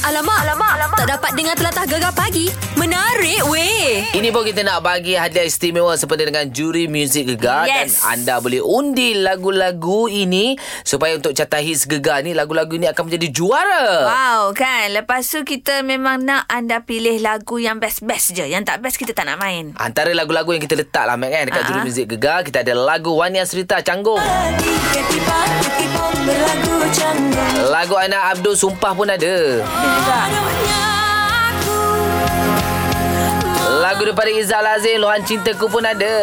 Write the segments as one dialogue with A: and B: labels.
A: Alamak, alamak, alamak. Tak dapat dengar telatah gegar pagi. Menarik weh.
B: Ini pun kita nak bagi hadiah istimewa seperti dengan juri muzik gegar
A: Yes.
B: dan anda boleh undi lagu-lagu ini supaya untuk carta hits gegar ni lagu-lagu ini akan menjadi juara.
C: Wow kan Lepas tu kita memang nak anda pilih lagu yang best-best je Yang tak best kita tak nak main
B: Antara lagu-lagu yang kita letak lah Mac kan Dekat
C: Ah.
B: juri muzik gegar Kita ada lagu Wania Serita Canggung Lagu anak Abdul Sumpah pun ada Lagu daripada Izzal Azim Lohan Cintaku pun ada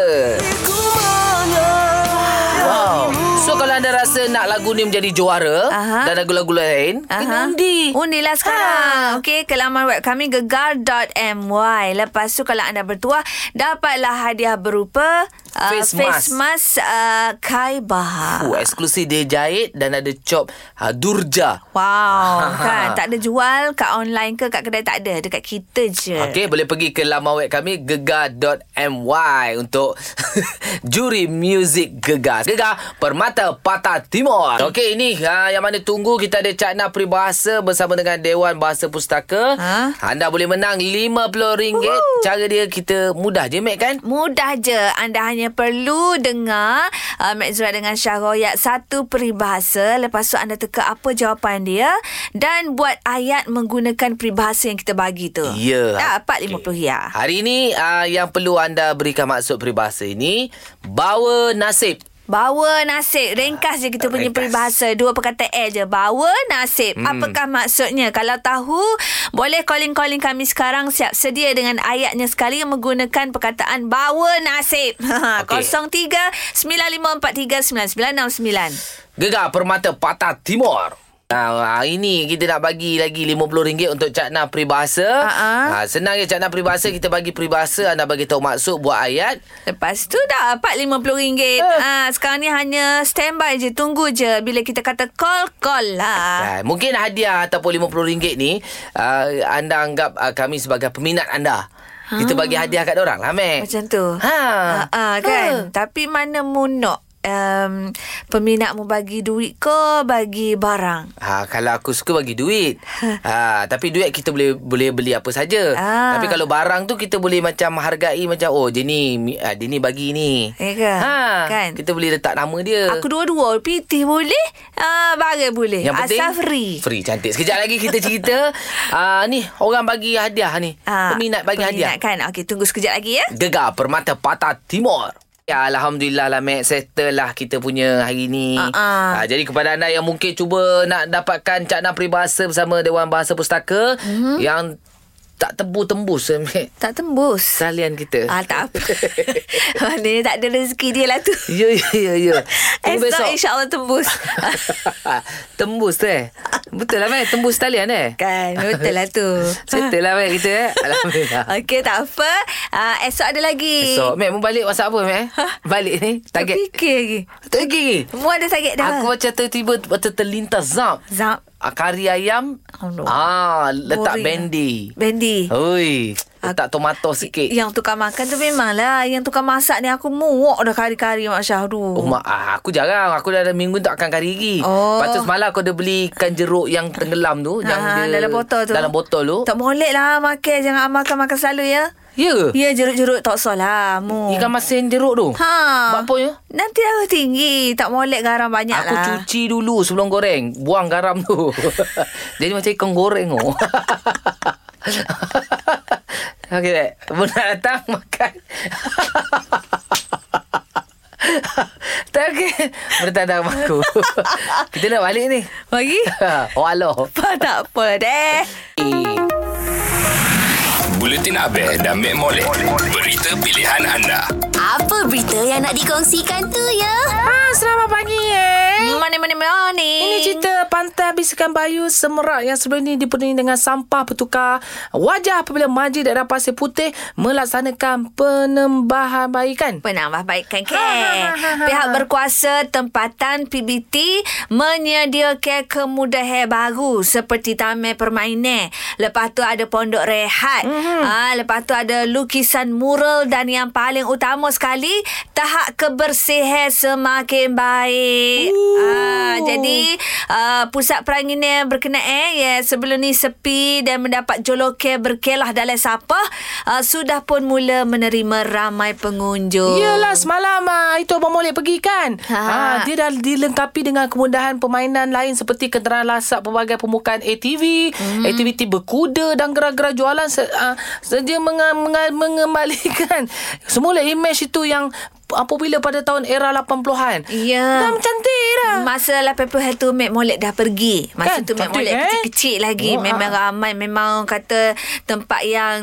B: Wow So kalau anda rasa nak lagu ni menjadi juara
C: Aha. Ha.
B: Dan lagu-lagu lain Kena
C: Aha.
B: undi
C: Undilah sekarang. Ha. Okey, ke laman web kami gegar.my. Lepas tu kalau anda bertuah, dapatlah hadiah berupa uh,
B: Face
C: face
B: mask.
C: mask uh, Kai Bahar.
B: Oh, eksklusif dia jahit dan ada chop ha, durja.
C: Wow, kan tak ada jual kat online ke kat kedai tak ada, dekat kita je.
B: Okey, boleh pergi ke laman web kami gegar.my untuk juri muzik gegar. Gegar Permata Patah Timur. Okey, ini ha, yang mana tunggu kita ada Cakna Peribahasa bersama dengan Dewan Bahasa Pustaka.
C: Ha?
B: Anda boleh menang RM50. Cara dia kita mudah je, Mek kan?
C: Mudah je. Anda hanya perlu dengar uh, Mek Zura dengan Syah Royak satu peribahasa. Lepas tu anda teka apa jawapan dia. Dan buat ayat menggunakan peribahasa yang kita bagi tu.
B: Ya.
C: Dapat RM50 okay. ya.
B: Hari ini uh, yang perlu anda berikan maksud peribahasa ini bawa nasib.
C: Bawa nasib. Ringkas je kita punya
B: Ringkas.
C: peribahasa. Dua perkataan je. Bawa nasib. Hmm. Apakah maksudnya? Kalau tahu, boleh calling-calling kami sekarang. Siap sedia dengan ayatnya sekali menggunakan perkataan bawa nasib.
B: Okey.
C: Okay. 03-9543-9969.
B: Gegar Permata Patah Timur. Ha, hari ni kita nak bagi lagi RM50 untuk cakna peribahasa.
C: Ha-ha.
B: Ha, senang je cakna peribahasa. Kita bagi peribahasa, anda bagi tahu maksud, buat ayat.
C: Lepas tu dah dapat RM50.
B: Eh.
C: Ah, sekarang ni hanya standby je. Tunggu je. Bila kita kata call, call lah.
B: Ha, mungkin hadiah ataupun RM50 ni, uh, anda anggap uh, kami sebagai peminat anda. Kita bagi hadiah kat orang lah, Mac.
C: Ha. Macam tu.
B: Ha.
C: Ha, kan. Ha. Tapi mana munok um, peminat mu bagi duit ke bagi barang?
B: Ha, kalau aku suka bagi duit. Ha, tapi duit kita boleh boleh beli apa saja.
C: Ah.
B: Tapi kalau barang tu kita boleh macam hargai macam oh dia ni mi- ah, dia ni bagi ni.
C: Ya ke? Kan?
B: Ha. Kita boleh letak nama dia.
C: Aku dua-dua PT boleh, uh, barang boleh.
B: yang penting
C: Asal free.
B: Free cantik. Sekejap lagi kita cerita ah ni orang bagi hadiah ni.
C: Ah,
B: peminat bagi hadiah. Hmm.
C: Peminat kan. Okey, tunggu sekejap lagi ya.
B: Gegar Permata Patah Timur. Ya, Alhamdulillah lah Mac Settle lah kita punya hari ni
C: Ah, ah.
B: Ah, Jadi kepada anda yang mungkin cuba Nak dapatkan cakna peribahasa Bersama Dewan Bahasa
C: Mhm.
B: Pustaka mm-hmm. Yang tak tebu-tembus eh, Mac
C: Tak tembus.
B: Salian kita
C: Ah, tak apa. Maknanya tak ada rezeki dia lah tu.
B: Ya ya ya ya
C: Esok
B: Tunggu besok
C: insyaAllah tembus.
B: Tembus tu eh Betul lah Mac Tembus talian eh
C: kan, betul lah tu.
B: Settle lah Mac kita eh Alhamdulillah
C: Okey, tak apa. Uh, esok ada lagi.
B: So Mac mu balik WhatsApp apa Mac Balik ni Target
C: Terfikir lagi.
B: Target
C: Semua ada sakit dah.
B: Aku macam tiba-tiba Macam terlintas Zap
C: Zap.
B: Ah, Kari ayam
C: Allah.
B: Ah, Letak
C: Boring.
B: bendi
C: Bendi.
B: Oi Letak tomato sikit
C: Yang tukang makan tu memanglah. Yang tukang masak ni aku muak dah kari-kari Mak Syahdu.
B: Oh, mak, ah, aku jarang. Aku dah ada minggu tak makan kari lagi.
C: Oh.
B: Lepas tu semalam aku ada beli ikan jeruk yang tenggelam tu. yang
C: Ha,
B: dia,
C: dalam botol tu.
B: Dalam botol tu.
C: Tak molek lah makan. Jangan makan-makan selalu ya.
B: Ya ke?
C: Ya jeruk-jeruk tak salah. Mu.
B: Ikan masin jeruk tu.
C: Ha.
B: Buat apa ya?
C: Nanti darah tinggi. Tak molek garam banyak
B: Aku
C: lah.
B: cuci dulu sebelum goreng. Buang garam tu. Jadi macam ikan goreng tu. Okey tak? Bunda datang makan. tak okey. Bertandang aku. Kita nak balik ni.
C: Bagi?
B: oh aloh.
C: apa tak apa deh.
D: Buletin ABE dan Mek Molek. Berita pilihan anda.
A: Apa berita yang nak dikongsikan tu ya?
B: Ah, selamat pagi eh.
C: Mana mana mana.
B: Ini cerita pantai bisikan bayu semerak yang sebelum ini dipenuhi dengan sampah bertukar wajah apabila majlis daerah Pasir Putih melaksanakan penembahan bayi kan?
C: Penambah baikan ke.
B: Ha, ha, ha, ha.
C: Pihak berkuasa tempatan PBT menyediakan kemudahan baru seperti taman permainan. Lepas tu ada pondok rehat. Mm-hmm. Ha, lepas tu ada lukisan mural dan yang paling utama sekali tahap kebersihan semakin baik. Ah, Ah, jadi uh, pusat peranginan berkenaan eh yeah, sebelum ni sepi dan mendapat jolokan berkelah dalam sapah uh, sudah pun mula menerima ramai
B: Ya,
C: pengunjung.
E: Yelah semalam ah, itu Abang Molek pergi kan ha.
C: Oh. Ha.
E: Dia dah dilengkapi dengan kemudahan permainan lain Seperti kenderaan lasak pelbagai permukaan ATV Aktiviti berkuda dan gerak-gerak jualan se, ah, se- Dia menga, menga, mengembalikan Semula imej itu yang apabila pada tahun era 80-an
C: Ya.
E: Dah cantik dah
C: Masa lah Pepper Head tu Mac Molek dah pergi.
E: Ah. Kan,
C: Masa kan, tu Mac
E: cantik,
C: Molek
E: eh?
C: kecil-kecil lagi.
E: Oh,
C: Oh, memang
E: ah.
C: ramai. Memang orang kata tempat yang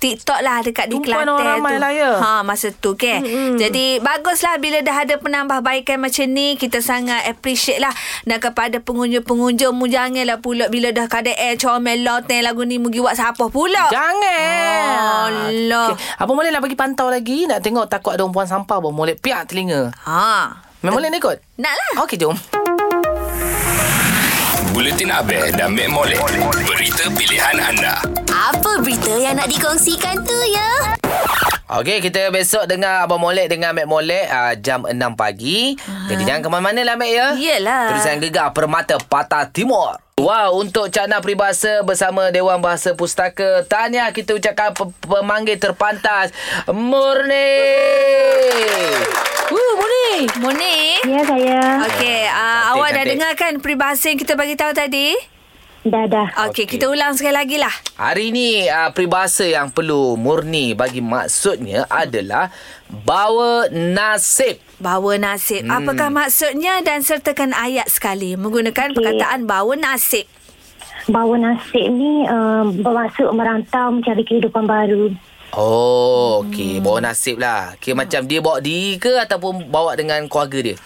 C: TikTok lah dekat di
E: Tumpuan
C: Kelantan
E: orang
C: tu.
E: ramai lah, ya.
C: Ha, masa tu ke. Mm-hmm. Jadi baguslah bila dah ada penambahbaikan macam ni. Kita sangat appreciate lah. Dan kepada pengunjung-pengunjung mu janganlah pula bila dah kadang air comel loteng lagu ni mugi buat siapa pula.
E: Jangan
C: Allah.
E: okay. Abang Molek nak pergi pantau lagi Nak tengok takut ada umpuan sampah Abang Molek piak telinga
C: ha.
E: Memang Molek nak ikut?
C: Nak lah.
E: Okey jom
D: Buletin Abel dan Mek Molek. Berita pilihan anda.
A: Apa berita yang nak dikongsikan tu ya?
B: Okey, kita besok dengar Abang Molek dengan Mek Molek uh, jam 6 pagi.
E: Ah.
B: Jadi jangan ke mana-mana lah, Mek, ya?
C: Yelah.
B: Terusan gegar Permata Patah Timur. Wow, untuk Cakna Peribahasa bersama Dewan Bahasa Pustaka. Tahniah kita ucapkan pe- pemanggil terpantas. Murni!
E: Woo, Molek
C: Moni.
F: Ya saya
C: Okey, uh, awak dah
B: cantik.
C: dengar kan peribahasa yang kita bagi tahu tadi?
F: Dah dah
C: Okey, okay.
B: Okey.
C: kita ulang sekali lagi lah.
B: Hari ini uh, peribahasa yang perlu murni bagi maksudnya adalah bawa nasib.
C: Bawa nasib. Hmm. Apakah maksudnya dan sertakan ayat sekali menggunakan okay. perkataan bawa nasib.
F: Bawa nasib ni uh, Bermaksud merantau Mencari kehidupan baru
B: Oh, okey,
C: Hmm.
B: bawa nasib lah. Kira macam dia bawa diri ke ataupun bawa dengan keluarga dia?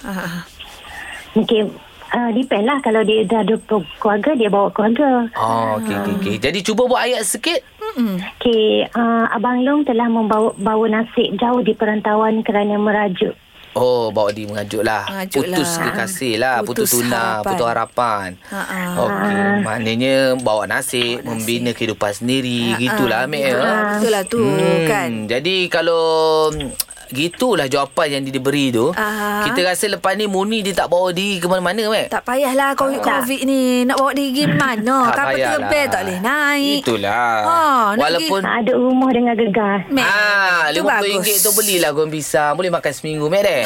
F: Mungkin uh, Depend lah Kalau dia dah ada pe- keluarga Dia bawa keluarga
C: Ah.
B: Oh, okey okey okey. Jadi cuba buat ayat sikit.
C: Hmm.
F: Okey uh, Abang Long telah membawa bawa nasib Jauh di perantauan Kerana merajuk
B: Oh, bawa dia mengajuk lah.
C: Mengajuk
B: putus
C: lah.
B: kekasih lah. Putus,
C: Putus harapan.
B: tunang, putus harapan.
C: Ha-ha.
B: Okey, maknanya bawa nasib, membina kehidupan sendiri. Gitulah, Amir. ya.
C: Ha, betul lah tu hmm. kan.
B: Jadi kalau mm, gitulah jawapan yang dia beri tu.
C: Aha.
B: Kita rasa lepas ni Muni dia tak bawa diri ke mana-mana, Mek.
C: Tak payahlah COVID-COVID ni. Nak bawa diri pergi mana? Kapal terbang tak boleh naik.
B: Itulah.
C: Ha, nak
B: Walaupun
F: uh, Ada rumah dengan gegar
C: Mek,
B: Ah,
C: itu
B: RM50 tu belilah goreng pisang. Boleh makan seminggu, Mek deh.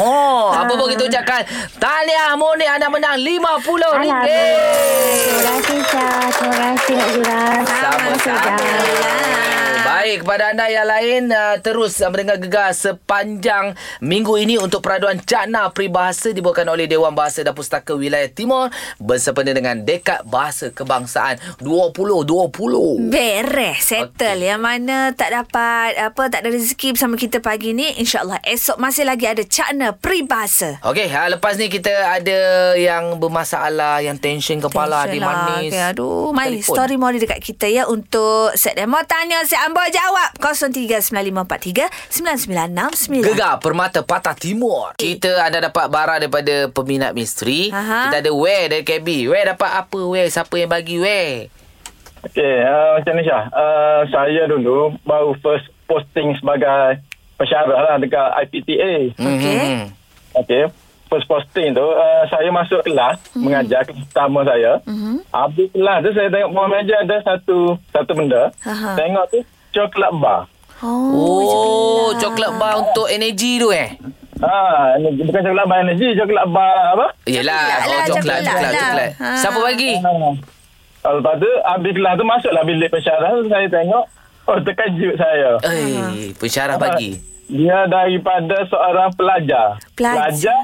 B: Oh, apa pun kita ucapkan. Tahniah, Moni. Anda menang
F: Alah
B: RM50.
F: Terima kasih Syah Terima kasih Nak Zura
B: Sama-sama. Baik, kepada anda yang lain, uh, terus uh, mendengar gegar sepanjang minggu ini untuk peraduan Cakna Peribahasa dibawakan oleh Dewan Bahasa dan Pustaka Wilayah Timur bersempena dengan Dekat Bahasa Kebangsaan 2020.
C: Beres Settle okay. Yang mana tak dapat Apa Tak ada rezeki bersama kita pagi ni InsyaAllah esok masih lagi ada Cakna peribahasa
B: Okey, ha, lepas ni kita ada yang bermasalah, yang tension kepala,
C: Tension
B: dia
C: lah.
B: manis.
C: Okay, aduh, mari
B: Telefon.
C: story mori dekat kita ya untuk September. Tanya si Ambo jawab 0395439969.
B: Gegar Permata Patah Timur. Kita anda dapat barang daripada peminat misteri.
C: Aha.
B: Kita ada wear dari KB. Wear dapat apa wear? Siapa yang bagi wear?
G: Okey, uh, macam ni Syah. Uh, saya dulu baru first posting sebagai pensyarah lah dekat IPTA.
C: Okey.
B: Mhm.
G: Okey. First posting tu, uh, saya masuk kelas, mengajar kelas pertama saya. Habis kelas tu, saya tengok bawah meja ada satu satu benda.
C: Aha.
G: Tengok tu, coklat bar.
B: Oh, coklat bar untuk energi tu eh.
G: Ha, ni bukan coklat bar energi, coklat bar apa?
B: Yelah,
C: Coklat
B: oh
C: lah,
B: coklat,
C: coklat
B: coklat,
C: lah.
B: coklat.
C: Ha.
B: Siapa bagi?
G: Ha. Ah, Lepas tu, habis kelas tu masuklah bilik pensyarah tu, saya tengok. Oh, terkejut saya.
B: Eh, pensyarah bagi.
G: Dia daripada seorang pelajar.
C: Pelajar?
G: pelajar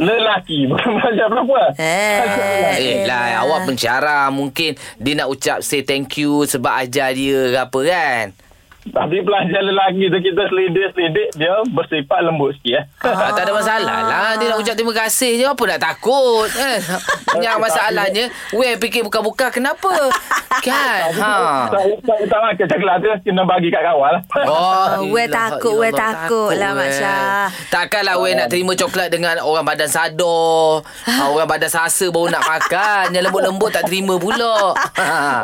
G: lelaki, bukan pelajar perempuan.
C: Eh,
B: Eh lah, awak pensyarah mungkin dia nak ucap say thank you sebab ajar dia ke apa kan?
G: Tapi pelajar lelaki tu kita selidik-selidik, dia bersifat lembut sikit. Eh.
B: Ah. Tak ada masalah lah. Dia nak ucap terima kasih je. Apa nak takut? Eh? Yang masalahnya, weh fikir buka-buka kenapa? kan? Ha.
G: Saya tak, tak makan coklat tu, kena bagi kat kawan lah.
B: Oh,
C: weh
B: ilah,
C: takut, weh
B: ilah, Allah,
C: takut lah, Mak
B: weh.
C: Syah.
B: Takkanlah weh nak terima coklat dengan orang badan sador. Ah, orang badan sasa baru nak makan. Yang lembut-lembut tak terima pula. Ha.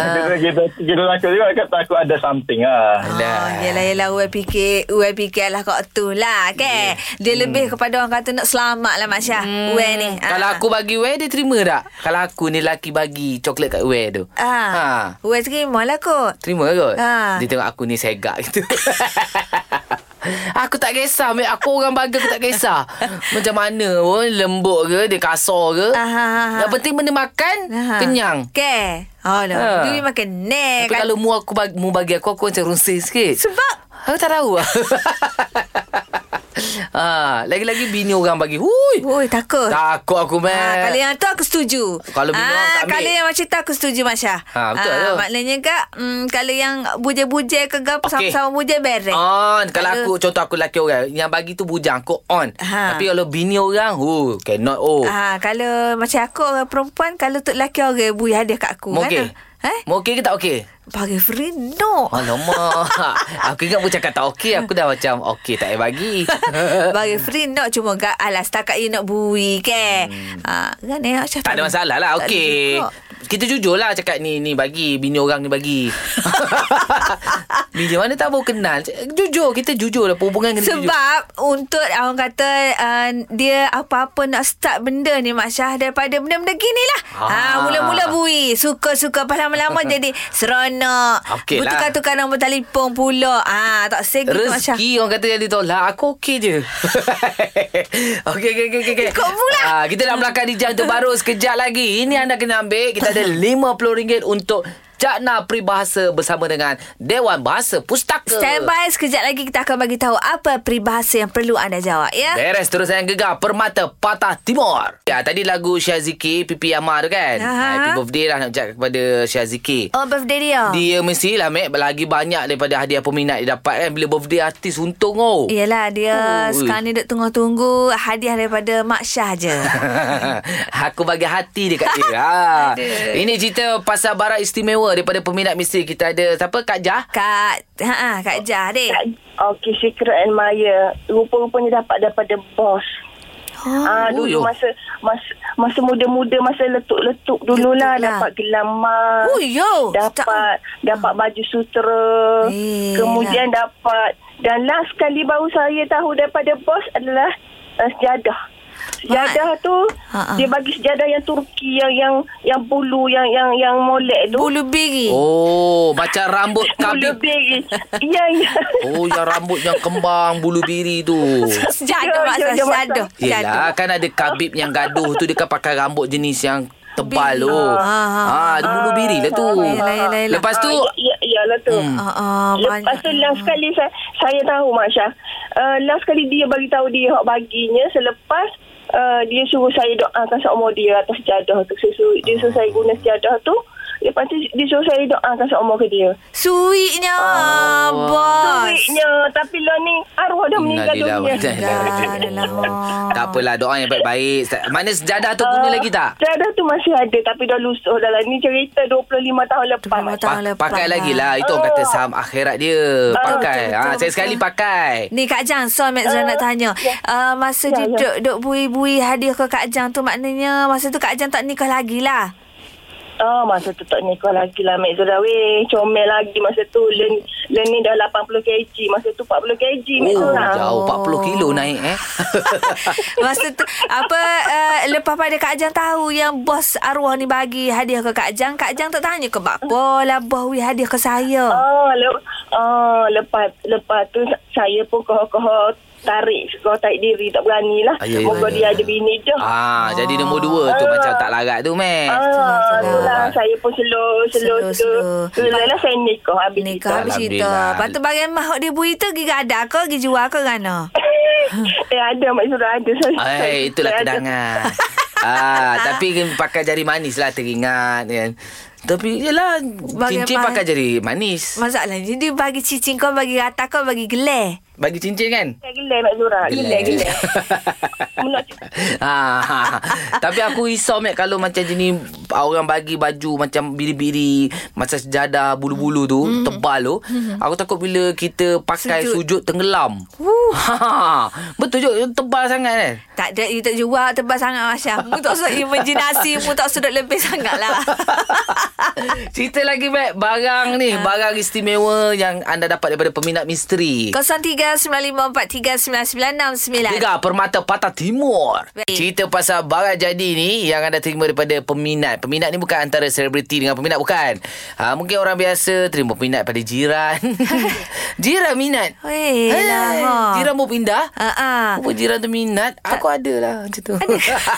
G: kita, kita, kita takut juga, kan, takut ada sam, something lah.
B: Alah.
C: Oh, yelah, yelah. UIPK, UIPK lah kot tu lah, kan? Yeah. Dia
B: Hmm.
C: lebih kepada orang kata nak selamat lah, Mak Syah. Hmm. Weh ni.
B: Ha. Kalau aku bagi weh dia terima tak? Kalau aku ni laki bagi coklat kat weh tu.
C: Ha. ha. Weh terima lah kot.
B: Terima ke kot?
C: Ha.
B: Dia tengok aku ni segak gitu. aku tak kisah. Mek. Aku orang baga aku tak kisah. Macam mana pun. Lembut ke. Dia kasar ke.
C: Ah, ah, ah, ah.
B: Yang penting benda makan. Kenyang.
C: Ha. Ke? Oh,
B: Ha.
C: no. Duri makan nek.
B: Tapi kalau mu aku bagi, mu bagi aku, aku macam runsing sikit.
C: Sebab
B: Aku tak tahu lah. ha, lagi-lagi bini orang bagi. Hui.
C: Oi, takut.
B: Takut aku, Mek.
C: Ha, kalau yang tu aku setuju.
B: Kalau bini orang tak ambil.
C: Kalau yang macam tu aku setuju Masya.
B: Ha, betul tu.
C: Maknanya kak, mm, kalau yang bujai-bujai ke gap
B: Okey. Oh.
C: sama-sama bujai beres.
B: On Kalau
C: Ada.
B: aku Contoh aku lelaki orang Yang bagi tu bujang Aku on
C: Ha.
B: Tapi kalau bini orang oh, Cannot oh
C: Ha,
B: ha.
C: kalau macam aku orang perempuan, kalau tu lelaki orang bui hadiah kat aku.
B: Mu okey
C: Kan? Eh?
B: Mu okey ke tak okey
C: Bagi free? No.
B: Alamak Aku ingat mu cakap tak okey Aku dah macam Okey tak payah bagi
C: Bagi free nak cuma gak alas setakat you nak bui ke. Ha, kan eh macam
B: Hmm. Tak ada masalah lah
C: Tak ada
B: Okey
C: juga.
B: Kita jujur lah Cakap ni ni bagi Bini orang ni bagi Bini mana tak mau kenal Cak- Jujur Kita jujur lah Perhubungan kena jujur
C: Sebab untuk orang kata uh, dia apa-apa nak start benda ni Mak Syah daripada benda-benda gini lah.
B: Ah.
C: Ah. Ha, mula-mula bui. Suka-suka pas lama-lama jadi seronok.
B: Okey lah.
C: Bertukar-tukar nombor telefon pula. Ah, tak segi tu Mak Syah.
B: Rezeki orang kata yang ditolak Aku okey je Okey okey okey okey
C: Ikut pula.
B: Ah, Kita nak belakang di jam terbaru Sekejap lagi Ini anda kena ambil Kita ada RM50 untuk Cakna Peribahasa bersama dengan Dewan Bahasa Pustaka
C: Stand by sekejap lagi kita akan bagi tahu apa peribahasa yang perlu anda jawab ya.
B: Beres terus yang gegar Permata Patah Timur Ya tadi lagu Syaziki Pipi Amar tu kan
C: Aha.
B: Happy birthday lah nak ucap kepada Syaziki
C: Oh birthday dia.
B: Dia mestilah Mac Lagi banyak daripada hadiah peminat dia dapat kan Bila birthday artis untung oh
C: Yelah dia
B: Ui.
C: sekarang ni duk tunggu-tunggu hadiah daripada Mak Syah je.
B: Aku bagi hati dekat dia. ha. Ini cerita pasal barang istimewa daripada peminat misteri kita ada siapa Kak Jah.
C: Kak, ha Kak Jah deh.
H: Okey, Secret and Maya. Rupa-rupanya dapat daripada bos. Ah,
B: Oh, yo.
H: dulu masa masa masa muda-muda masa letuk-letuk
C: Letuk
H: dululah
C: lah.
H: dapat gelang mas.
C: Oh, yo.
H: Dapat dapat baju sutera.
C: Eh,
H: kemudian dapat dan last kali baru saya tahu daripada bos adalah uh, sejadah. Sejadah tu
C: Ha, ha.
H: dia bagi sejadah yang Turki yang yang yang bulu yang yang yang molek tu.
C: Bulu biri.
B: Oh, macam rambut
H: Bulu
B: kabib.
H: beri. Ya ya.
B: Oh, yang rambut yang kembang bulu biri tu.
C: Sejadah Mak
H: Ya,
C: Syah
H: ya, Mak
C: Sejadah
B: Yelah, kan ada kabib yang gaduh tu dia kan pakai rambut jenis yang tebal tu.
C: Biri.
B: Ha,
C: Ah, ah,
B: ada bulu biri lah tu.
C: Yelah, yelah, yelah.
B: Lepas tu
H: Ya, ya lah tu.
B: Hmm.
C: Ah, ah,
H: Lepas
C: banyak.
H: tu lah. last kali saya, saya tahu Mak Syah. Uh, last kali dia bagi tahu dia hak baginya selepas uh, dia suruh saya doakan seumur dia atas jadah tu. Dia suruh, dia suruh saya guna sejadah tu. Lepas tu dia suruh saya doakan seumur ke dia.
C: Suiknya Bos
H: Baiknya tapi lah ni arwah dah meninggal
B: Innalillahi wa
H: dunia.
B: inna ilaihi raji'un.
C: Dah,
H: Ah.
C: dah.
B: Tak apalah doa yang baik-baik. Mana sejadah tu guna lagi tak?
H: Jadah tu masih ada tapi dah lusuh dah lah. Ni cerita 25 tahun lepas. Mak Syah.
C: Tahun
B: Pa-
C: lepas
B: pakai
C: lah.
B: lagi lah Itu orang kata saham akhirat dia Pakai
C: betul,
B: ha,
C: betul,
B: Saya
C: betul.
B: sekali pakai
C: Ni Kak Jang So Mek Zara nak tanya uh, Masa
H: Ah, Ya,
C: dia
H: ya.
C: duk, duk bui-bui Hadiah ke Kak Jang tu Maknanya Masa tu Kak Jang tak nikah lagi lah
H: Ah, masa tu tak nikah lagi lah Mek Zura weh. Comel lagi masa tu. Len, Len ni dah 80 kg. Masa tu 40 kg Mek
B: Oh
H: Zura.
B: jauh 40 kilo naik eh
C: Masa tu Apa uh, Lepas pada Kak Jang tahu Yang bos arwah ni bagi Hadiah ke Kak Jang Kak Jang tak tanya ke Bapa lah Bos weh hadiah ke saya
H: Oh, le- oh, lepas lepas tu saya pun koho-koho tarik koho tarik diri tak berani lah.
B: Ayah,
H: Moga
B: ayah,
H: dia
B: ayah.
H: ada bini je. Ah.
B: ah, Jadi nombor dua tu Macam tak larat tu meh
H: Ah, tu lah saya pun slow, slow,
C: Slow,
H: slow. slow.
C: slow.
H: Lepas lah saya nikah habis
C: Nikah habis cerita
B: Alhamdulillah.
C: Lepas tu bagai mah Dia bui tu Pergi ada ke Pergi jual ke kan? Gana
H: eh, ada Mak Zura, ada. Saya,
B: Ay,
H: saya-
B: Ah, eh, itulah
H: saya ada.
B: kedangan ah, Tapi kan pakai jari manis lah Teringat kan tapi yelah
C: Bagai
B: Cincin
C: pah-
B: pakai jari manis
C: Masalahnya dia bagi cincin kau bagi rata kau bagi gelar.
B: bagi cincin kan?
I: Gelai Mak Zura. Gelai, gelai. Menurut-
B: ha, ha, ha. Tapi aku risau Mek kalau macam jenis orang bagi baju macam biri-biri, macam sejadah bulu-bulu tu, mm-hmm. tebal tu. Mm-hmm. Aku takut bila kita pakai sujud, sujud tenggelam. Ha, betul je tebal sangat kan.
C: Tak ada you tak jual tebal sangat Masya. Mu tak usah imajinasi, mu tak sudut lebih sangat lah.
B: Cerita lagi Mek barang ni, barang istimewa yang anda dapat daripada peminat misteri.
C: 0395439969.
B: Gegar Permata Patah Timur.
C: Baik.
B: Cerita pasal barang jadi ni yang anda terima daripada peminat. Peminat ni bukan antara selebriti dengan peminat bukan. Ha, mungkin orang biasa terima peminat pada jiran. jiran minat.
C: Weh lah.
B: Eh,
C: ha.
B: Jiran mau pindah.
C: Ah, ah.
B: Apa jiran tu minat? Aku ada lah macam tu.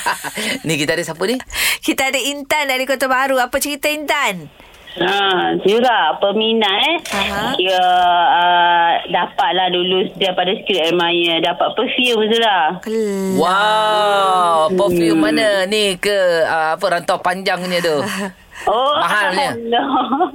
B: ni kita ada siapa ni?
C: Kita ada Intan dari Kota Baru. Apa cerita Intan?
H: Ha, Zura, peminat eh.
C: Aha.
H: Dia uh, dapatlah dulu daripada Secret Admirer. Dapat perfume Zura.
C: Kel-
B: Wow, perfume mana ni ke uh, apa rantau panjangnya tu?
H: Oh,
B: Mahalnya?
H: No.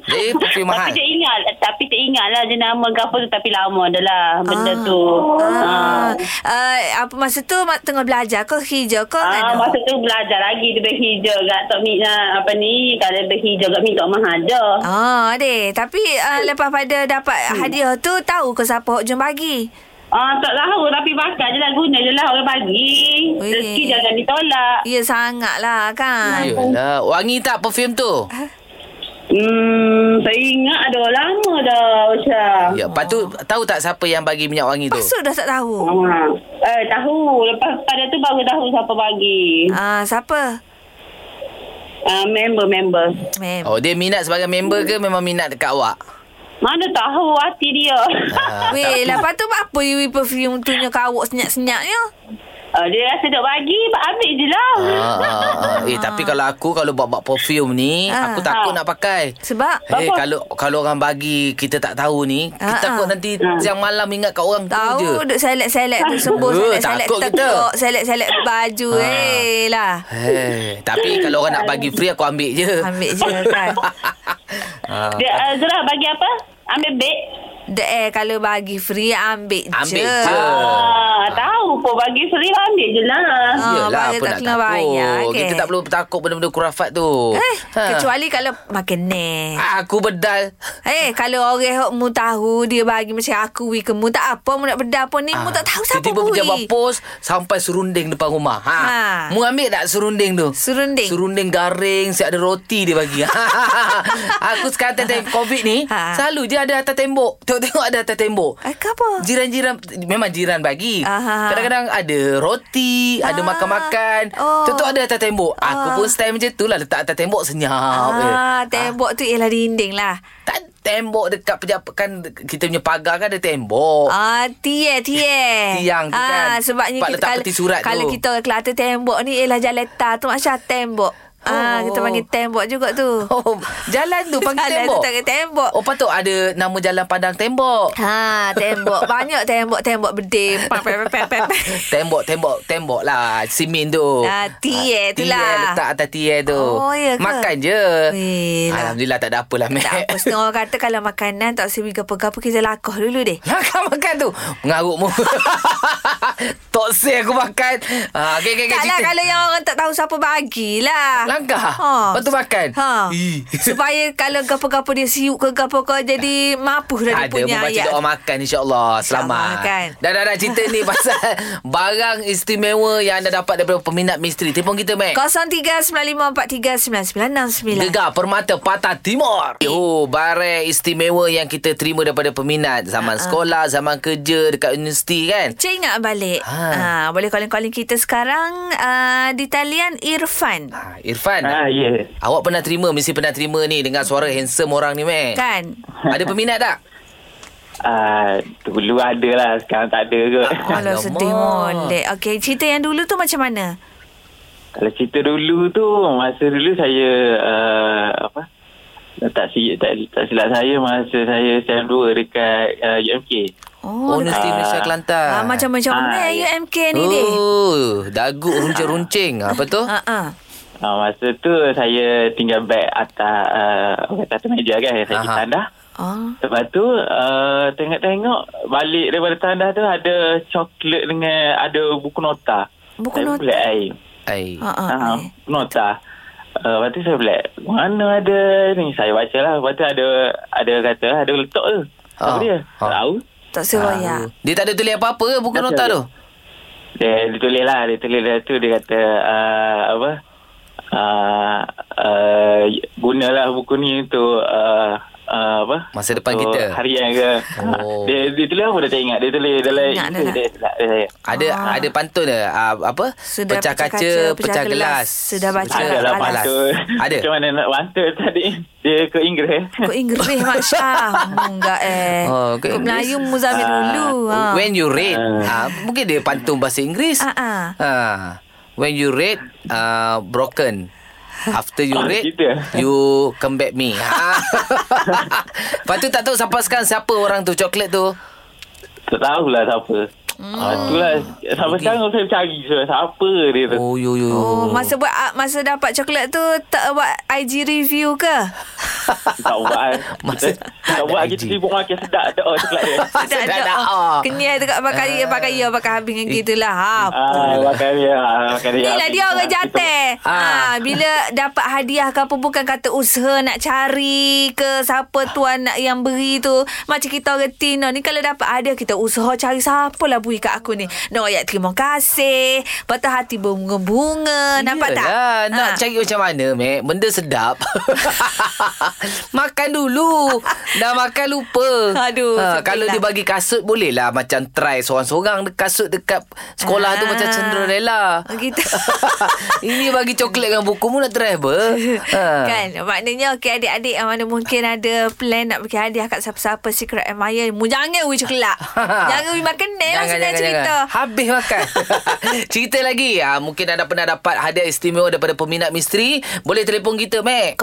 B: Jadi, perfume mahal?
H: Tapi tak ingat, tapi tak ingat lah jenama ke apa tu. Tapi lama dah lah benda
C: Ah.
H: tu. ha.
C: Ah, uh, apa masa tu ma- tengah belajar ke hijau ke
H: Ah,
C: kan?
H: masa tu belajar lagi dia berhijau kat Tok Mina apa ni kalau berhijau kat Mintok Mahaja.
C: Ah, deh. Tapi uh, lepas pada dapat
H: Hmm.
C: hadiah tu tahu ke siapa hok jom bagi?
H: Ah, tak tahu tapi bakar je lah guna je lah orang bagi.
C: Weh.
H: Rezeki jangan ditolak.
C: Ya sangat lah kan.
B: Yalah, wangi tak perfume tu?
H: Hmm, saya ingat dah lama dah macam.
C: Ah.
B: Ya, lepas tu tahu tak siapa yang bagi minyak wangi tu?
C: Pasut dah tak tahu.
H: Ha. Eh, tahu. Lepas pada tu baru tahu siapa bagi.
C: Ah, siapa?
H: Uh, member-member.
C: Mem.
B: Oh, dia minat sebagai member ke memang minat dekat awak?
H: Mana tahu hati dia.
B: Ah,
C: Weh, lepas tu apa you perfume tu nya kawak senyap-senyaknya?
H: Uh, dia rasa duk bagi, ambil je lah.
B: Ah, ah, ah. Eh, tapi kalau aku kalau buat-buat perfume ni,
C: Ah.
B: aku takut nak pakai.
C: Sebab
B: Eh, kalau kalau orang bagi kita tak tahu ni, kita
C: Ah,
B: takut
C: ah.
B: nanti siang malam ingat kat orang tu je.
C: Tahu duk selek-selek tu sembuh
B: Eh,
C: selek-selek
B: takut kita.
C: tekuk, selek-selek baju
B: Ha.
C: eh lah.
B: Eh, tapi kalau orang nak bagi free aku ambil je.
C: Ambil je kan.
B: Ah.
H: Dia, uh, Zura bagi apa? Ambil beg?
C: The air eh, kalau bagi free ambil, je.
B: Ambil je.
H: Ah, tahu pun bagi free ambil je lah.
C: Ah,
B: Yelah,
C: bayar
B: apa
C: tak
B: nak
C: kena
B: takut.
C: bayar, okey.
B: Kita tak perlu takut benda-benda kurafat tu.
C: Eh,
B: Ha. Ah.
C: kecuali kalau makan ni.
B: Aku bedal.
C: Eh, kalau orang hok mu tahu dia bagi macam aku weh ke mu tak apa mu nak bedah pun ni mu tak tahu siapa
B: Ah. Tiba-tiba
C: mu.
B: pejabat
C: weh.
B: pos sampai serunding depan rumah. Ha.
C: Ha.
B: ha. Mu ambil tak serunding tu?
C: Serunding?
B: Serunding garing, siap ada roti dia bagi. Aku sekarang time, time COVID ni,
C: Ha.
B: ha. selalu je ada atas tembok. Tengok-tengok ada atas tembok.
C: Eh, ke apa?
B: Jiran-jiran Memang jiran bagi
C: Aha.
B: Kadang-kadang ada roti Ada
C: Ah.
B: makan-makan
C: Oh.
B: Contoh ada atas tembok Aku pun style macam tu lah Letak atas tembok senyap
C: Ah,
B: je. Ah.
C: tembok tu ialah dinding lah.
B: Tak tembok dekat pejabat kan kita punya pagar kan ada tembok.
C: Ah, tie tie.
B: Tiang tu
C: Ah,
B: kan.
C: sebabnya
B: Tempat
C: kita
B: letak
C: kalau,
B: peti surat
C: kalau
B: tu.
C: kita orang Kelantan tembok ni ialah jalan tar tu Masya tembok. Ah, kita
B: Oh.
C: panggil tembok juga tu.
B: Oh, jalan tu panggil
C: Jalan tu
B: tembok.
C: panggil tembok.
B: Oh, patut ada nama jalan pandang tembok.
C: Ha, tembok. Banyak tembok-tembok bedil. Pam, pam, pam, pam, pam.
B: Tembok, tembok, tembok lah. Simin tu.
C: Ah, tier tu
B: tier
C: lah.
B: letak atas tier tu.
C: Oh, ya ke?
B: Makan je.
C: Weh, lah.
B: Alhamdulillah tak ada apalah, Mek.
C: Tak apa Setengah orang kata Kalau makanan tak sewi gapa-gapa Kita lakoh dulu deh
B: Makan, makan tu. Mengarut mu. Toksik aku makan. Ah, okay, okay, okay.
C: tak lah kalau yang orang tak tahu siapa bagilah.
B: Langkah? Lepas tu makan?
C: Ha.
B: Ih.
C: Supaya kalau gapa-gapa dia siuk ke gapa ke jadi mapuh dah dia
B: ada
C: punya
B: membaca
C: ayat.
B: doa makan insyaAllah Selamat
C: InsyaAllah, kan?
B: Dah dah dah cerita ni pasal Barang istimewa yang anda dapat daripada peminat misteri Telepon kita Mac
C: 0395439969.
B: Eh. Gegar Permata Patah Timur
C: Eh.
B: Oh barang istimewa yang kita terima daripada peminat
C: Ha,
B: Zaman sekolah, zaman kerja dekat universiti kan
C: Cik ingat balik. Ha.
B: Ha.
C: boleh calling-calling kita sekarang uh, di talian Irfan.
B: ha, Irfan
J: Ah, ya.
B: Awak pernah terima, mesti pernah terima ni Dengan suara handsome orang ni Mac
C: Hmm. Kan?
B: Ada peminat tak?
J: Ah, dulu ada lah. Sekarang tak ada ke.
C: Alah
B: Alamak.
C: sedih molek. Okey, cerita yang dulu tu macam mana?
J: Kalau cerita dulu tu, masa dulu saya uh, apa? Tak, si, tak, tak silap saya masa saya SEM 2 dekat uh, UMK.
C: Oh,
B: Universiti Malaysia Kelantan
C: ha, macam-macam
J: Ah,
C: mana
J: ya.
C: UMK ni deh.
B: Oh, dagu runcing-runcing Apa tu?
C: Ha ah.
J: Uh, masa tu saya tinggal beg atas uh, orang kata meja kan. Saya
B: Aha.
J: pergi tandas.
C: Oh.
G: Lepas tu uh, tengok-tengok balik daripada tandas tu ada coklat dengan ada buku nota. saya
C: Buku nota?
G: Beli air.
B: Ai.
C: Ha ah.
G: Ah,
C: eh.
G: nota. Uh, lepas tu saya beli Mana ada ni Saya baca lah Lepas tu ada Ada kata Ada letak tu
B: Ah,
G: Apa dia
B: ah.
G: Tak tahu
C: Tak seroyak.
B: Dia tak ada tulis apa-apa ke buku
G: Tak
B: nota
G: ada.
B: tu?
G: dia, dia tulis lah Dia tulis dia tu Dia kata uh, Apa uh, uh, Gunalah buku ni Untuk uh, uh, Apa
B: Masa depan
G: Untuk
B: kita.
G: Harian ke
B: Oh.
G: dia, dia tulis apa Dia tak ingat Dia tulis dalam
C: Ingat dah
G: itu
C: lah.
G: Dia tak saya
B: Ada ada pantun dia. Ah, apa?
C: Sudah
B: pecah
C: pecah
B: kaca,
C: kaca,
B: pecah,
C: pecah
B: gelas.
C: gelas. Sudah baca
B: Pecah
G: ada lah
C: Alas.
G: pantun
B: Ada.
G: Macam mana nak pantun tadi Dia ke Inggeris
C: Kau Inggeris Mak Syah Enggak eh
B: Oh,
C: oh,
B: ke
C: Kau
B: Inggeris?
C: Melayu Muzamil dulu ha.
B: Ah, When you read, ah.
G: Ah.
B: mungkin dia pantun bahasa Inggeris.
C: Ah, ah.
B: Ah. When you read, ah, broken. After you
G: Ah,
B: read,
G: gitu.
B: you come back me. Ah. Lepas tu tak tahu sampai sekarang siapa orang tu coklat tu.
G: Tak tahulah siapa
B: Hmm.
G: Ah, itulah sampai sekarang saya cari so, siapa dia tu.
B: Oh, yo, yo.
C: Oh, masa buat masa dapat coklat tu tak buat IG review ke?
G: Tak buat. eh.
B: Masa-
G: Kita, tak
B: ada
G: buat
B: IG.
G: kita sibuk makan sedap dah oh coklat dia.
C: Tak
B: Sedap dah. Ah.
C: ada. Kenyai dekat pakai uh, pakai ya pakai habis dengan gitulah. Ha.
G: Ah,
B: Oh.
G: makan dia. ah, Makan dia.
C: Inilah dia orang jatah.
B: ya, Ah.
C: Ha. bila dapat hadiah ke apa bukan kata usaha nak cari ke siapa tuan nak yang beri tu. Macam kita orang Tino ni kalau dapat hadiah kita usaha cari siapa lah bui kat aku ni. Nak ayat terima kasih. Patah hati berbunga-bunga. Nampak tak?
B: Yelah, Nak
C: Ah.
B: cari macam mana, Mek? Benda sedap. makan dulu. Dah makan lupa.
C: Aduh,
B: Ah,
C: sedih
B: kalau
C: lah.
B: dia bagi kasut, boleh lah macam try seorang-seorang de- kasut dekat sekolah
C: Ah.
B: tu
C: Oh,
B: macam cenderela.
C: Gitu.
B: Ini bagi coklat dengan buku mu nak try apa? Ha.
C: Kan Maknanya okay, adik-adik Yang mana mungkin ada Plan nak bagi hadiah Kat siapa-siapa Secret admirer Mu jangan wui coklat Jangan wui makan ni lah Senang cerita
B: Habis makan Cerita lagi ha, Mungkin anda pernah dapat Hadiah istimewa Daripada peminat misteri Boleh telefon kita Mac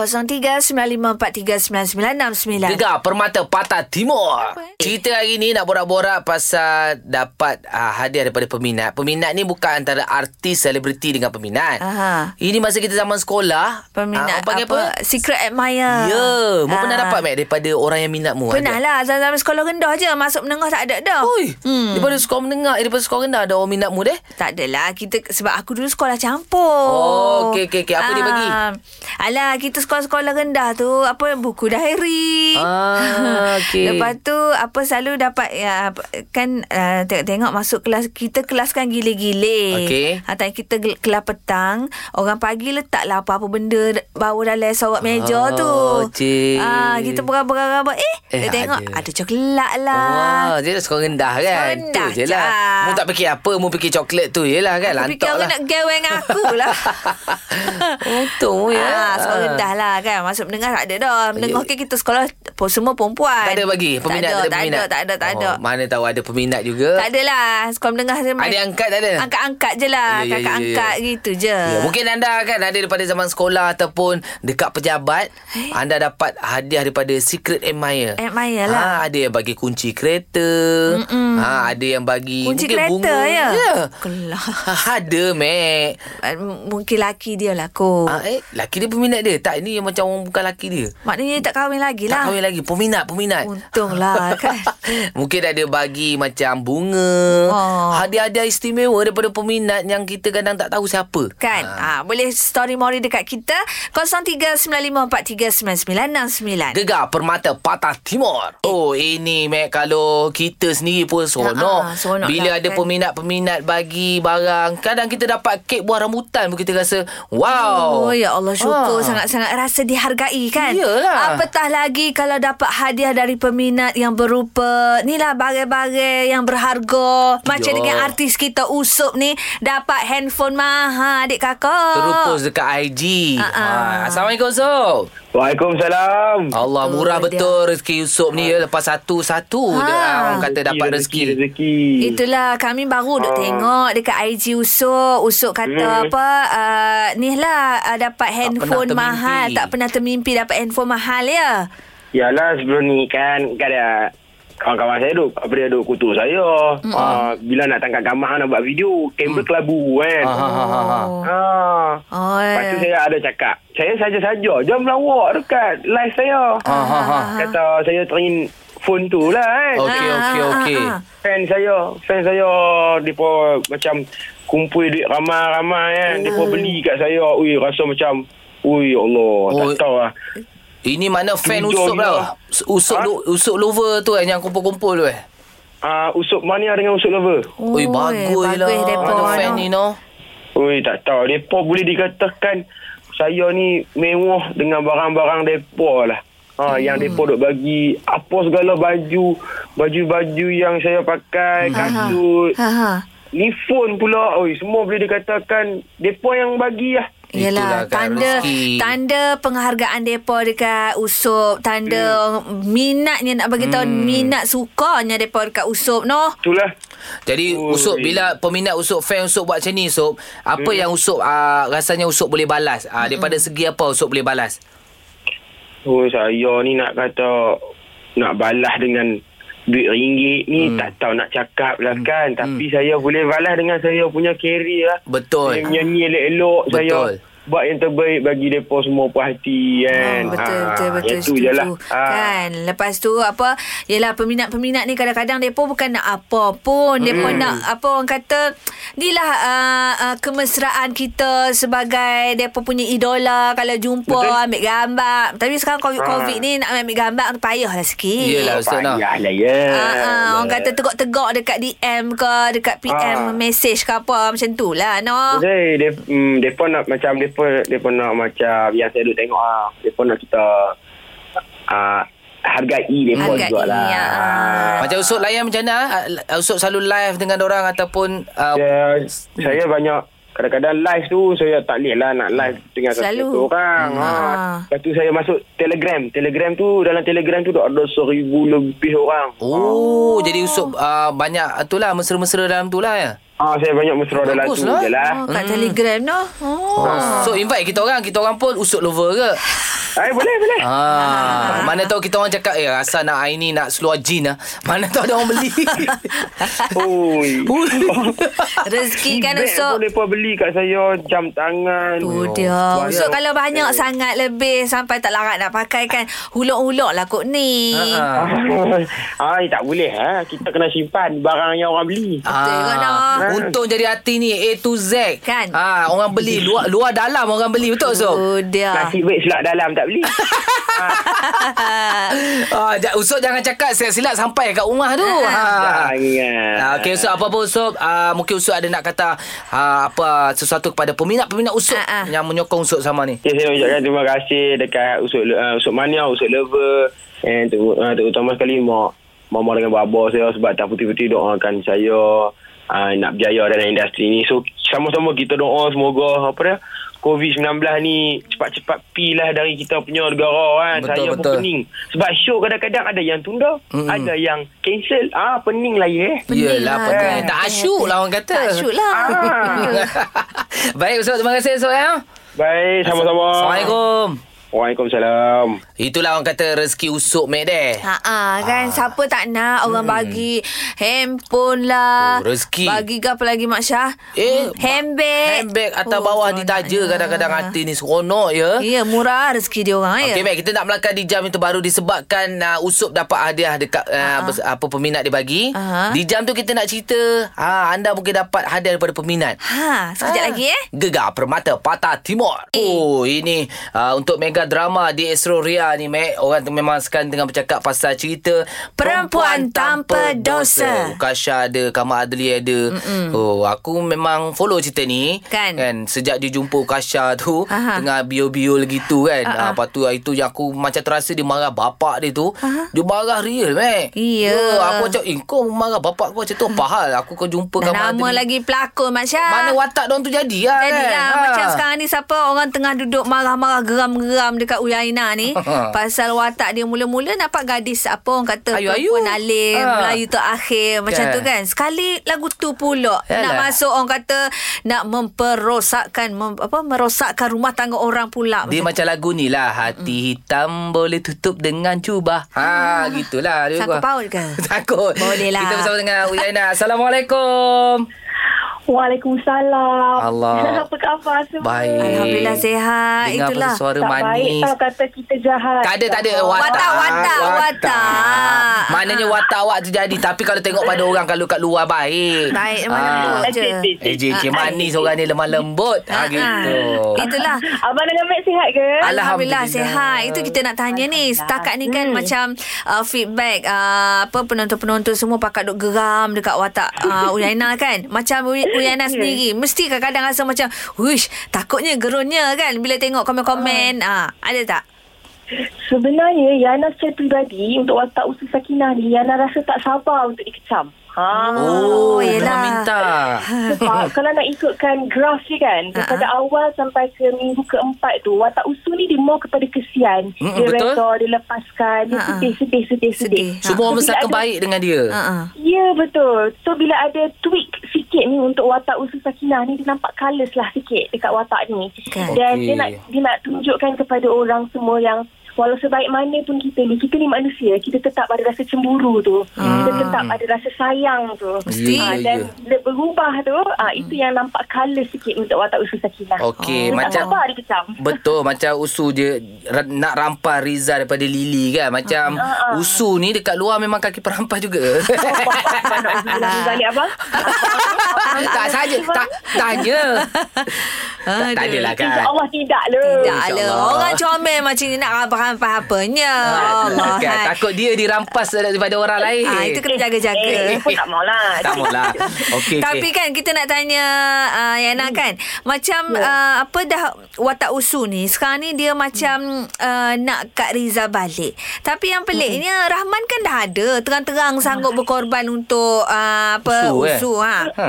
C: 0395439969
B: Gegar Permata Patah Timur.
C: eh?
B: Cerita hari ni nak borak-borak pasal dapat uh, hadiah daripada peminat. Peminat ni bukan antara artis, selebriti dengan peminat.
C: Aha.
B: Ini masa kita zaman sekolah. ah,
C: Peminat
B: orang panggil apa?
C: apa? Secret admirer
B: Ya, yeah. mu pernah
C: Ah.
B: dapat Mac daripada orang yang minat mu.
C: Pernah
B: hadiah?
C: lah Zaman-zaman sekolah rendah je Masuk menengah tak ada dah
B: Oi, hmm. daripada sekolah menengah, eh, daripada sekolah rendah ada orang minat mu deh.
C: Tak adalah kita sebab aku dulu sekolah campur. Ah,
B: Oh, okey, okey, okey. Apa dia bagi?
C: Alah, kita sekolah-sekolah rendah tu apa buku diary.
B: Ah, okey.
C: Lepas tu apa selalu dapat ya, apa- kan uh, tengok-tengok masuk kelas kita kelas kan gile-gile.
B: Okey.
C: Ha, tadi kita gel- kelas petang, orang pagi letaklah apa-apa benda bawa dalam sorok meja
B: Oh,
C: tu.
B: cik.
C: Ah, kita berabak-abak eh,
B: Eh,
C: eh tengok
B: ada.
C: ada, coklat lah.
B: Oh, dia dah sekolah rendah kan?
C: Sekolah
B: tu
C: rendah
B: je lah.
C: je.
B: Mu tak fikir apa, mu fikir coklat tu je lah kan?
C: Aku fikir
B: Lantak
C: orang
B: lah.
C: nak geweng aku lah
B: Untung mu ya.
C: Ah, sekolah rendah lah kan. Masuk menengah tak ada dah. Menengah ke kita sekolah po- semua perempuan.
B: Tak ada bagi peminat
C: tak ada, tak
B: peminat.
C: ada, tak ada, tak ada.
B: Oh, mana tahu ada peminat juga.
C: Tak ada lah. Sekolah menengah tu main-
B: Adik angkat tak ada?
C: Angkat-angkat je lah.
B: Ya, ya, ya,
C: Kakak
B: ya, ya.
C: angkat gitu je.
B: Ya, mungkin anda kan ada daripada zaman sekolah ataupun dekat pejabat, anda dapat hadiah daripada secret admirer.
C: Eh? Admirer lah.
B: Ha, ada yang bagi kunci kereta. Ha, ada yang bagi
C: Kunci
B: mungkin
C: kereta
B: bunga.
C: ya.
B: Ya.
C: Kelah.
B: ada, Mek.
C: Ah, m- Mungkin laki dia lah ko.
B: Ha, eh, laki dia peminat dia. Tak, ini yang macam orang bukan laki dia.
C: Maknanya tak kahwin lagi
B: Tak
C: lah.
B: kahwin lagi. Peminat, peminat.
C: Untunglah kan.
B: Mungkin ada bagi macam bunga
C: Oh.
B: Hadiah-hadiah istimewa daripada peminat Yang kita kadang tak tahu siapa
C: Kan ha.
B: Ah.
C: Boleh story mori dekat kita 0395439969
B: Gegar Permata Patah
C: Eh.
B: Timur Oh ini Mac Kalau kita sendiri pun seronok
C: Ha, ha, seronok
B: Bila
C: lah,
B: ada
C: kan?
B: peminat-peminat bagi barang Kadang kita dapat kek buah rambutan pun Kita rasa wow
C: Oh ya Allah syukur
B: Ah.
C: sangat-sangat rasa dihargai kan.
B: Iyalah.
C: Apatah lagi kalau dapat hadiah dari peminat yang berupa ni lah barang-barang yang berharga. Macam
B: Ya.
C: dengan artis kita Usop ni dapat handphone mahal adik kakak.
B: Terupus dekat IG
C: Ha, ha.
B: ha. Assalamualaikum Sob
G: Waalaikumsalam.
B: Allah
C: Betul
B: murah
C: dia.
B: betul rezeki Yusof ni ya lepas satu-satu
C: Ha.
B: ha. orang kata dapat rezeki.
G: Rezeki.
C: Itulah kami baru
B: Ah.
C: duk tengok dekat IG Usuk. Usuk kata apa uh, ni lah uh, dapat handphone
B: Hmm. pernah
C: mahal.
B: termimpi.
C: Tak pernah termimpi dapat handphone mahal ya.
G: Yalah sebelum ni kan kan ada
J: kawan-kawan saya duk apa dia duk kutu saya.
C: Hmm.
J: Mm. Uh, bila nak tangkap gambar nak buat video, kamera mm. kelabu kan.
B: Hmm. Ha, ha, ha, ha, ha.
J: Ha.
C: Oh,
J: Lepas
B: Eh.
J: tu saya ada cakap, saya saja-saja je melawak dekat live saya.
B: Ha, ha, ha.
J: Kata saya teringin phone tu lah kan.
C: Ah,
B: Okey, okey, okey.
J: Fan saya, fan saya depa macam kumpul duit ramai-ramai kan.
B: Hmm.
J: Depa beli kat saya. Ui rasa macam Ui ya Allah, tak
B: Ui.
J: tahu lah.
B: Ini mana fan lah.
J: Hujung
B: usuk
J: dia.
B: tau. Usuk
J: Ha?
B: lo- usuk lover tu eh yang kumpul-kumpul tu eh.
J: Uh, usuk mania dengan usuk lover.
B: Oh, Oi, bagus
C: bagus
B: lah.
C: depa,
B: Mana fan
C: no.
B: ni no.
J: Ui, tak tahu. Depa boleh dikatakan saya ni mewah dengan barang-barang depa lah. Ha, hmm. Yang depa duk bagi apa segala baju. Baju-baju yang saya pakai, kasut.
C: Ha ha.
J: Ni phone pula. Ui, semua boleh dikatakan depa yang bagi lah.
C: Yalah
B: Itulah kan,
C: tanda
B: rezeki.
C: tanda penghargaan depa dekat Usop,
B: Ya.
C: tanda minatnya nak bagi tahu
B: Hmm.
C: minat sukanya depa dekat Usop noh.
J: Itulah.
B: Jadi
J: Ui.
B: Usop bila peminat Usop fan Usop buat macam ni Usop, apa yang Usop uh, rasanya Usop boleh balas? Uh, daripada segi apa Usop boleh balas?
J: Oh saya ni nak kata nak balas dengan duit ringgit ni hmm. tak tahu nak cakap lah
B: Hmm.
J: kan tapi saya boleh balas dengan saya punya carry lah
B: Betul.
J: saya menyanyi elok-elok
B: Betul.
J: saya buat yang terbaik bagi mereka semua puas hati
C: Oh,
J: kan
C: betul,
B: Ha,
J: Ah,
C: betul, betul.
J: yang tu je lah Ah.
C: Kan. Lepas tu apa, yelah peminat-peminat ni kadang-kadang mereka bukan nak apa pun. Mereka
B: Hmm.
C: nak apa orang kata, ni lah uh, uh, kemesraan kita sebagai mereka punya idola. Kalau jumpa,
J: Betul.
C: ambil gambar. Tapi sekarang
B: Ha.
C: COVID-COVID
J: Ah.
C: ni nak ambil gambar payahlah sikit.
B: Yelah Ustaz Nah.
J: payahlah ya Eh,
C: Ah, ah, orang kata tegak-tegak dekat DM ke dekat PM
J: Ah.
C: message ke apa macam tu lah no.
J: Jadi dia mm, depa nak macam depa depa nak macam yang saya duk tengok ah depa nak kita ah hargai depa
C: Hargai,
J: juga lah.
C: ya.
B: Macam Usop layan macam mana? Uh, Usop selalu live dengan orang ataupun uh,
J: saya, saya
C: Hmm.
J: banyak kadang-kadang live tu saya tak boleh lah nak live dengan
C: Selalu. Hmm. Ah.
J: satu orang. Ha. Lepas tu saya masuk Telegram. Telegram tu dalam Telegram tu dah ada seribu lebih orang.
B: Oh, jadi Usop uh, banyak itulah mesra-mesra dalam tu lah ya.
J: Ah saya banyak mesra dalam
B: Bagus
J: tu
B: lah.
J: je lah.
C: Oh, kat Telegram no. Oh.
B: So invite kita orang, kita orang pun usut lover ke?
J: Eh boleh boleh.
B: Ah, mana tahu kita orang cakap eh rasa nak air ni nak seluar jin lah. Mana tahu ada orang beli.
J: Oi.
B: Ui.
C: Rezeki kan
J: Beg
C: Usop.
J: pun mereka beli kat saya jam tangan. Oh, Eh.
C: Tu dia.
J: Banyak.
C: So kalau banyak sangat lebih sampai tak larat nak pakai kan. Huluk-huluk lah kot ni.
B: Ah.
J: Ah, eh, tak boleh ha. Kita kena simpan barang yang orang beli.
C: Ah, Betul ke, Noh?
B: untung jadi hati ni A to Z.
C: Kan?
B: Ah, orang beli luar luar dalam orang beli betul so.
C: Tu Oh, dia.
J: Nasi baik selak dalam tak beli.
B: Ah, ja- usut jangan cakap silap-silap sampai kat rumah tu.
C: Ah,
B: Ha.
J: Jangan.
B: Ah, okay, Usop. Apa pun Usop, ah, mungkin Usop ada nak kata ah, apa sesuatu kepada peminat-peminat Usop
C: Ah, ah.
B: yang menyokong Usop sama ni.
J: Okay, saya nak ucapkan terima kasih dekat Usut, uh, Usut Mania, Usut Lover and ter, uh, terutama sekali mak mama dengan baba saya sebab tak putih-putih doakan saya uh, nak berjaya dalam industri ni. So sama-sama kita doa semoga apa dia COVID-19 ni cepat-cepat pi lah dari kita punya negara kan.
B: Betul,
J: saya pun
B: betul.
J: pening. Sebab show kadang-kadang ada yang tunda,
B: Mm-mm.
J: ada yang cancel. Ah pening lah ye.
C: Pening
B: Yelah,
C: lah.
B: pening.
C: Kan?
B: Tak
C: Pening,
B: asyuk lah orang kata.
C: Tak syuk lah.
J: Ah.
B: Baik Usop, terima kasih Usop ya.
J: Baik, sama-sama.
B: Assalamualaikum.
J: Waalaikumsalam.
B: Itulah orang kata rezeki Usop mek deh.
C: Ha ah kan siapa tak nak orang bagi handphone lah.
B: Hmm. Oh, rezeki.
C: Bagi ke apa lagi Mak Syah? Hmm,
B: Eh,
C: handbag.
B: Handbag atas bawah
C: Oh,
B: ditaja
C: seronoknya.
B: kadang-kadang hati ni seronok ya.
C: Ya, murah rezeki dia orang ya.
B: Okey baik kita nak melangkah di jam yang terbaru disebabkan uh, Usop dapat hadiah dekat uh, uh apa peminat dia bagi.
C: Aha.
B: Di jam tu kita nak cerita ha anda mungkin dapat hadiah daripada peminat.
C: Ha, sekejap
B: Ah.
C: lagi eh.
B: Gegar Permata Patah Timur. Oh, ini uh, untuk mega drama di Astro Ria ni, Mac. Orang tu memang sekarang tengah bercakap pasal cerita
C: Perempuan Tanpa Dosa.
B: Oh, Kasha ada, Kamal Adli ada. Mm-mm. Oh, aku memang follow cerita ni.
C: Kan?
B: kan? Sejak dia jumpa Kasha tu,
C: Aha.
B: Aha. tengah biol-biol gitu kan. Uh-huh. lepas tu hari tu yang aku macam terasa dia marah bapak dia tu. Aha. Dia marah real, Mac.
C: Iya.
B: Ya, aku macam, eh kau marah bapak kau macam tu apa hal? Aku kau jumpa
C: Dan
B: Kamal
C: nama
B: Adli.
C: lagi pelakon Mak Syah.
B: Mana watak dia tu jadi lah
C: Ah. Jadi
B: kan?
C: lah,
B: Ha.
C: macam sekarang ni siapa orang tengah duduk marah-marah geram-geram geram dekat Uyaina ni
E: Ha.
C: pasal watak dia mula-mula nampak gadis apa orang kata
E: Ayu, ayu.
C: perempuan alim,
E: Ha.
C: Melayu terakhir macam
E: Kan.
C: tu kan. Sekali lagu tu pula nak
E: Yalah.
C: masuk orang kata nak memperosakkan mem, apa merosakkan rumah tangga orang pula.
E: Dia macam lagu ni lah Hati
C: Mm.
E: hitam boleh tutup dengan cubah Ha gitulah dia gua.
C: Sangkut paut ke?
E: Takut
C: Ah. Boleh lah.
E: Kita bersama dengan Uyaina Assalamualaikum
H: Waalaikumsalam.
E: Allah.
H: Apa khabar semua?
E: Baik
C: Alhamdulillah sihat.
E: Dengar pasal
C: Ah, Itulah.
E: suara
H: Tak baik
E: manis
H: tau kata kita jahat.
B: Tak ada, tak ada. Watak.
C: Watak, watak, watak. Ah.
B: Maknanya watak awak tu jadi. Tapi kalau tengok pada orang, kalau kat luar baik.
C: Baik mana dulu
B: Ah.
C: je.
B: Eh, JK manis orang ni lemah lembut. Ha, gitu.
C: Ah, Itulah.
H: Abang dengan Mek sihat ke?
B: Ah.
C: Alhamdulillah sihat. Itu kita nak tanya ni. Setakat ni
B: Hmm.
C: kan macam uh, feedback uh, apa penonton-penonton semua pakat duk geram dekat watak uh, Uyaina kan. Macam Uy- Uyaina
B: Hmm.
C: sendiri mesti kadang-kadang rasa macam wish takutnya gerunnya kan bila tengok
B: Hmm.
C: komen-komen. Ah, ada tak?
H: Sebenarnya Yana secara pribadi untuk watak usul Sakinah ni Yana rasa tak sabar untuk dikecam. Ha.
B: Oh,
C: Oh,
B: memang
C: yelah.
B: minta.
H: Sebab Ah, kalau nak ikutkan graf ni kan
C: Ha,
H: Daripada uh-huh. awal sampai ke minggu keempat tu Watak usul ni dia more kepada kesian
B: Mm,
H: Dia
B: betul.
H: redor, dia lepaskan Dia
C: Ha, ha.
H: sedih, sedih, sedih, sedih,
C: Sedih.
B: Semua orang
H: Tapi
B: besar
H: ada-
B: kebaik dengan dia.
C: Ha ah.
H: Ya betul So bila ada tweak sikit ni Untuk watak usul Sakinah ni Dia nampak colours lah sikit Dekat watak ni
C: Kan.
H: Dan
B: Okey.
H: dia nak dia nak tunjukkan kepada orang semua yang Walau sebaik mana pun kita ni Kita ni manusia Kita tetap ada rasa cemburu tu Kita
B: Hmm.
H: tetap ada rasa sayang tu
C: Mesti.
H: Ah,
B: Ya,
H: Dan bila berubah tu ah, Itu yang nampak colour sikit Untuk watak usul Sakinah
B: Hmm. Okey,
H: Dia
B: macam-
H: tak sabar dia kecam
B: Betul macam Usu dia ra- nak rampas Riza daripada Lily kan. Macam
C: Ah,
B: Usu ni dekat luar memang kaki perampas juga. Ah.
H: Balik abang
B: tak saja tak tanya. tak, tak adalah kan.
H: InsyaAllah tidak lah
C: Tidak
B: InsyaAllah.
C: lah. Orang comel macam ni nak rampas-rampas apanya. Allah.
B: Kan,
C: hai.
B: takut dia dirampas daripada orang lain.
C: Ah, itu kena
H: Eh,
C: jaga-jaga.
H: pun tak maulah
B: Tak maulah. Okey,
C: Okay, Tapi
B: okey.
C: okay. kan kita nak tanya uh, Yana hmm. kan macam
B: Ya.
C: uh, apa dah watak usu ni sekarang ni dia macam uh, nak Kak Riza balik. Tapi yang peliknya hmm. Rahman kan dah ada terang-terang sanggup berkorban untuk uh, apa
B: Usu, Hmm. eh?
C: usu, usu ha.
B: Ha.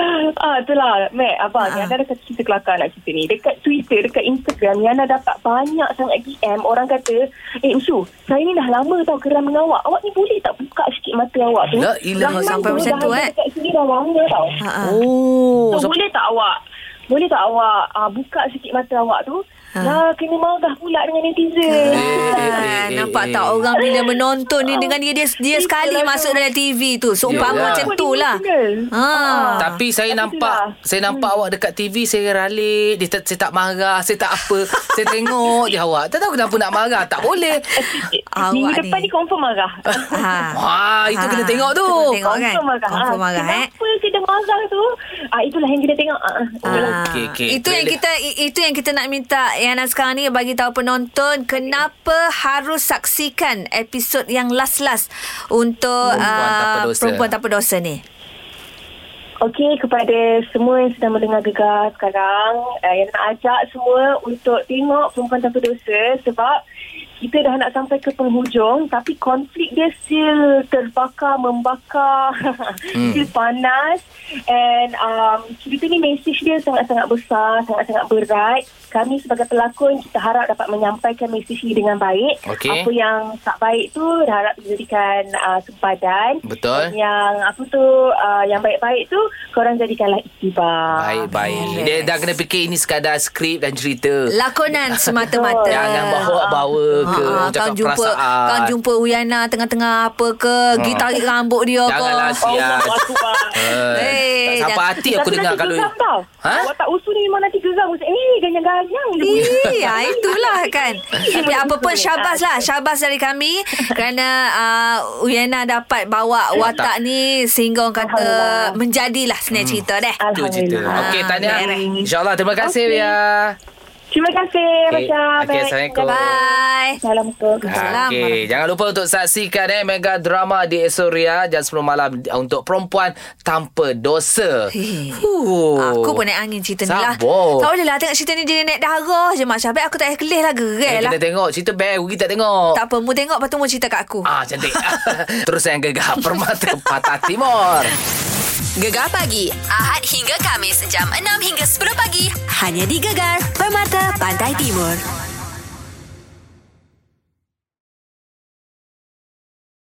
H: ah, itulah Mac abang ah. Yana dekat cerita kelakar nak cerita ni dekat Twitter dekat Instagram Yana dapat banyak sangat DM orang kata eh Usu saya ni dah lama tau geram dengan awak awak ni boleh tak buka sikit mata awak tu
B: La ilaha
H: Rahman
C: Lah, sampai
H: tu
C: macam
H: dah
C: tu,
H: ada
C: eh.
H: dekat sini dah lama tau
C: Ha. ha.
B: Oh,
H: so,
B: so,
H: boleh tak awak boleh tak awak ah, buka sikit mata awak tu
C: Ha.
H: lah kena marah pula dengan
B: Eh,
H: netizen
C: Ah, Eh, nampak tak orang bila menonton ni dengan dia dia, dia sekali
H: Itulah lah tu.
C: masuk dalam TV tu. So
B: Yelah.
C: umpama macam tu lah. Ha.
B: Ya, Tapi saya
H: Tapi
B: nampak
H: itulah.
B: Saya nampak
C: Hmm.
B: awak dekat TV Saya ralik dia tak, Saya tak marah Saya tak apa Saya tengok je awak Tak tahu kenapa nak marah Tak boleh
H: Eh, minggu
C: Awak
H: depan
C: ni.
H: ni confirm marah
C: Ha.
B: Wah Itu kena
C: Ah,
B: tengok tu
C: itu kena tengok. kan?
H: Confirm marah.
C: Confirm
H: Ah,
C: marah, eh.
H: Kenapa kita marah tu? Ah, itulah yang kita tengok. Ah, itulah.
C: Ah,
B: Oh, Okey, okey.
C: Itu yang
B: Boleh.
C: kita i- itu yang kita nak minta Yana sekarang ni bagi tahu penonton kenapa harus saksikan episod yang last-last untuk
B: Perempuan Tanpa
C: ah,
B: Dosa.
C: perempuan tanpa dosa ni.
H: Okey, kepada semua yang sedang mendengar gegar sekarang, uh, yang nak ajak semua untuk tengok Perempuan Tanpa Dosa sebab kita dah nak sampai ke penghujung tapi konflik dia still terbakar, membakar, hmm. still panas and um, cerita ni message dia sangat-sangat besar, sangat-sangat berat. Kami sebagai pelakon, kita harap dapat menyampaikan message ni dengan baik.
B: Okey.
H: Apa yang tak baik tu harap dijadikan uh, sempadan.
B: Betul.
H: Yang apa tu uh, Yang baik-baik tu Korang jadikanlah iktibar
B: Baik-baik
C: Ah,
B: Dia dah kena fikir Ini sekadar skrip dan cerita
C: Lah. Lakonan semata-mata.
B: Jangan bawa-bawa ke
C: Ha, ha,
B: Ucapkan
C: kau jumpa
B: perasaan Hmm.
C: kau jumpa Uyana tengah-tengah apa ke, pergi tarik rambut dia ke.
B: Janganlah sial
H: Akbar
B: Ya. Eh,
C: Eh,
B: Tak sampai
C: dah-
B: hati aku dengar kalau
H: geram tau
B: Ha?
H: ha? Watak usul ni memang nanti geram Macam eh ganyang-ganyang dia punya.
C: Iya, Eh, ya, itulah kan. Tapi apa pun syabas lah. Syabas dari kami kerana uh, Uyana dapat bawa watak ni sehingga orang kata
H: Alhamdulillah.
C: menjadilah sebenarnya cerita deh.
B: Itu cerita
H: Alhamdulillah
B: Okey
C: Ah,
B: Tahniah
C: merah.
B: InsyaAllah Terima kasih
H: Okey.
B: Ria
H: Terima kasih
B: Okey,
H: Masya
B: okey, Assalamualaikum.
C: Bye.
H: Assalamualaikum
C: Salam.
B: Okey, jangan lupa untuk saksikan eh mega drama di esok Ria jam 10 malam di- untuk perempuan tanpa dosa.
C: Hei.
B: Huh.
C: Aku pun naik angin cerita ni lah
B: Oh. Sabar.
C: Tak boleh lah Tengok cerita ni Dia naik darah je Mak Syabik Aku tak payah kelih lah Gerai
B: Eh,
C: lah
B: kita tengok cerita bag kita tengok.
C: Tak apa Mu tengok Lepas tu mu cerita kat aku
B: Ah cantik. Terus yang gegar permata patah timur.
A: Gegar pagi Ahad hingga Kamis jam 6 hingga 10 pagi hanya di Gegar Permata Pantai Timur.